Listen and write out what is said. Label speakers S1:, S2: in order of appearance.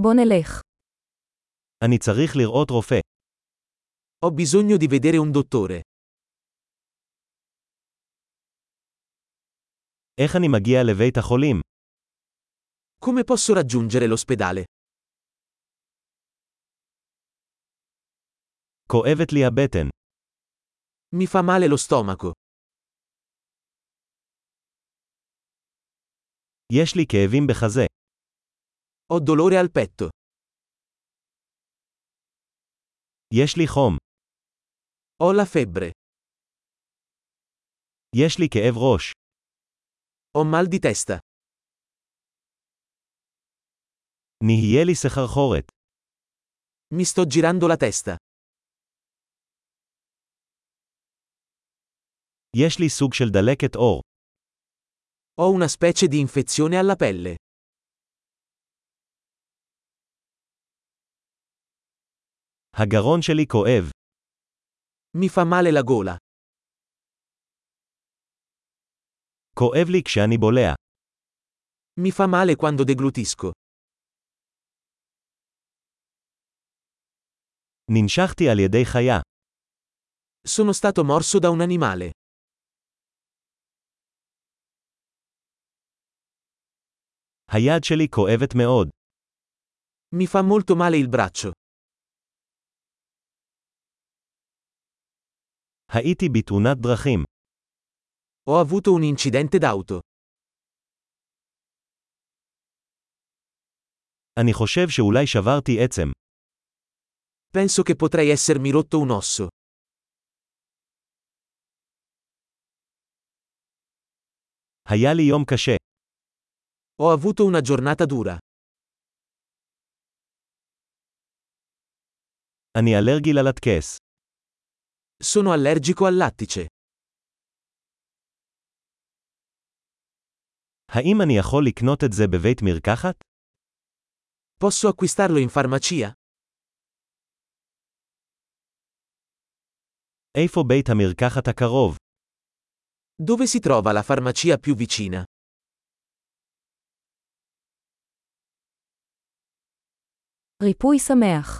S1: בוא נלך.
S2: אני צריך לראות רופא.
S3: Ho bisogno di vedere un dottore.
S2: איך אני מגיע לבית החולים?
S3: Come posso raggiungere l'ospedale?
S2: כואבת לי הבטן.
S3: Mi fa male lo stomaco.
S2: יש לי כאבים בחזה.
S3: Ho dolore al petto.
S2: יש לי חום.
S3: Ho la febbre.
S2: יש לי כאב ראש.
S3: Ho mal di testa.
S2: נהיה לי סחרחורת.
S3: Mi sto girando la testa.
S2: יש לי סוג של דלקת עור.
S3: Ho una specie di infezione alla pelle.
S2: הגרון שלי כואב.
S3: Mi fa male la gola.
S2: כואב לי כשאני בולע.
S3: Mi fa male quando deglutisco.
S2: ננשכתי על ידי חיה.
S3: Sono stato morso da un animale.
S2: היד שלי כואבת מאוד.
S3: Mi fa molto male il braccio.
S2: הייתי בתאונת דרכים.
S3: Ho avuto un incidente d'auto.
S2: אני חושב שאולי שברתי עצם.
S3: Penso che potrei essermi rotto un osso.
S2: היה לי יום קשה.
S3: Ho avuto una giornata dura.
S2: אני אלרגי ללטקס.
S3: Sono allergico al lattice.
S2: האם אני יכול לקנות את זה בבית מרקחת?
S3: Posso acquistarlo in farmacia?
S2: איפה בית המרקחת הקרוב?
S3: Dove si trova la farmacia più vicina?
S1: ריפוי שמח.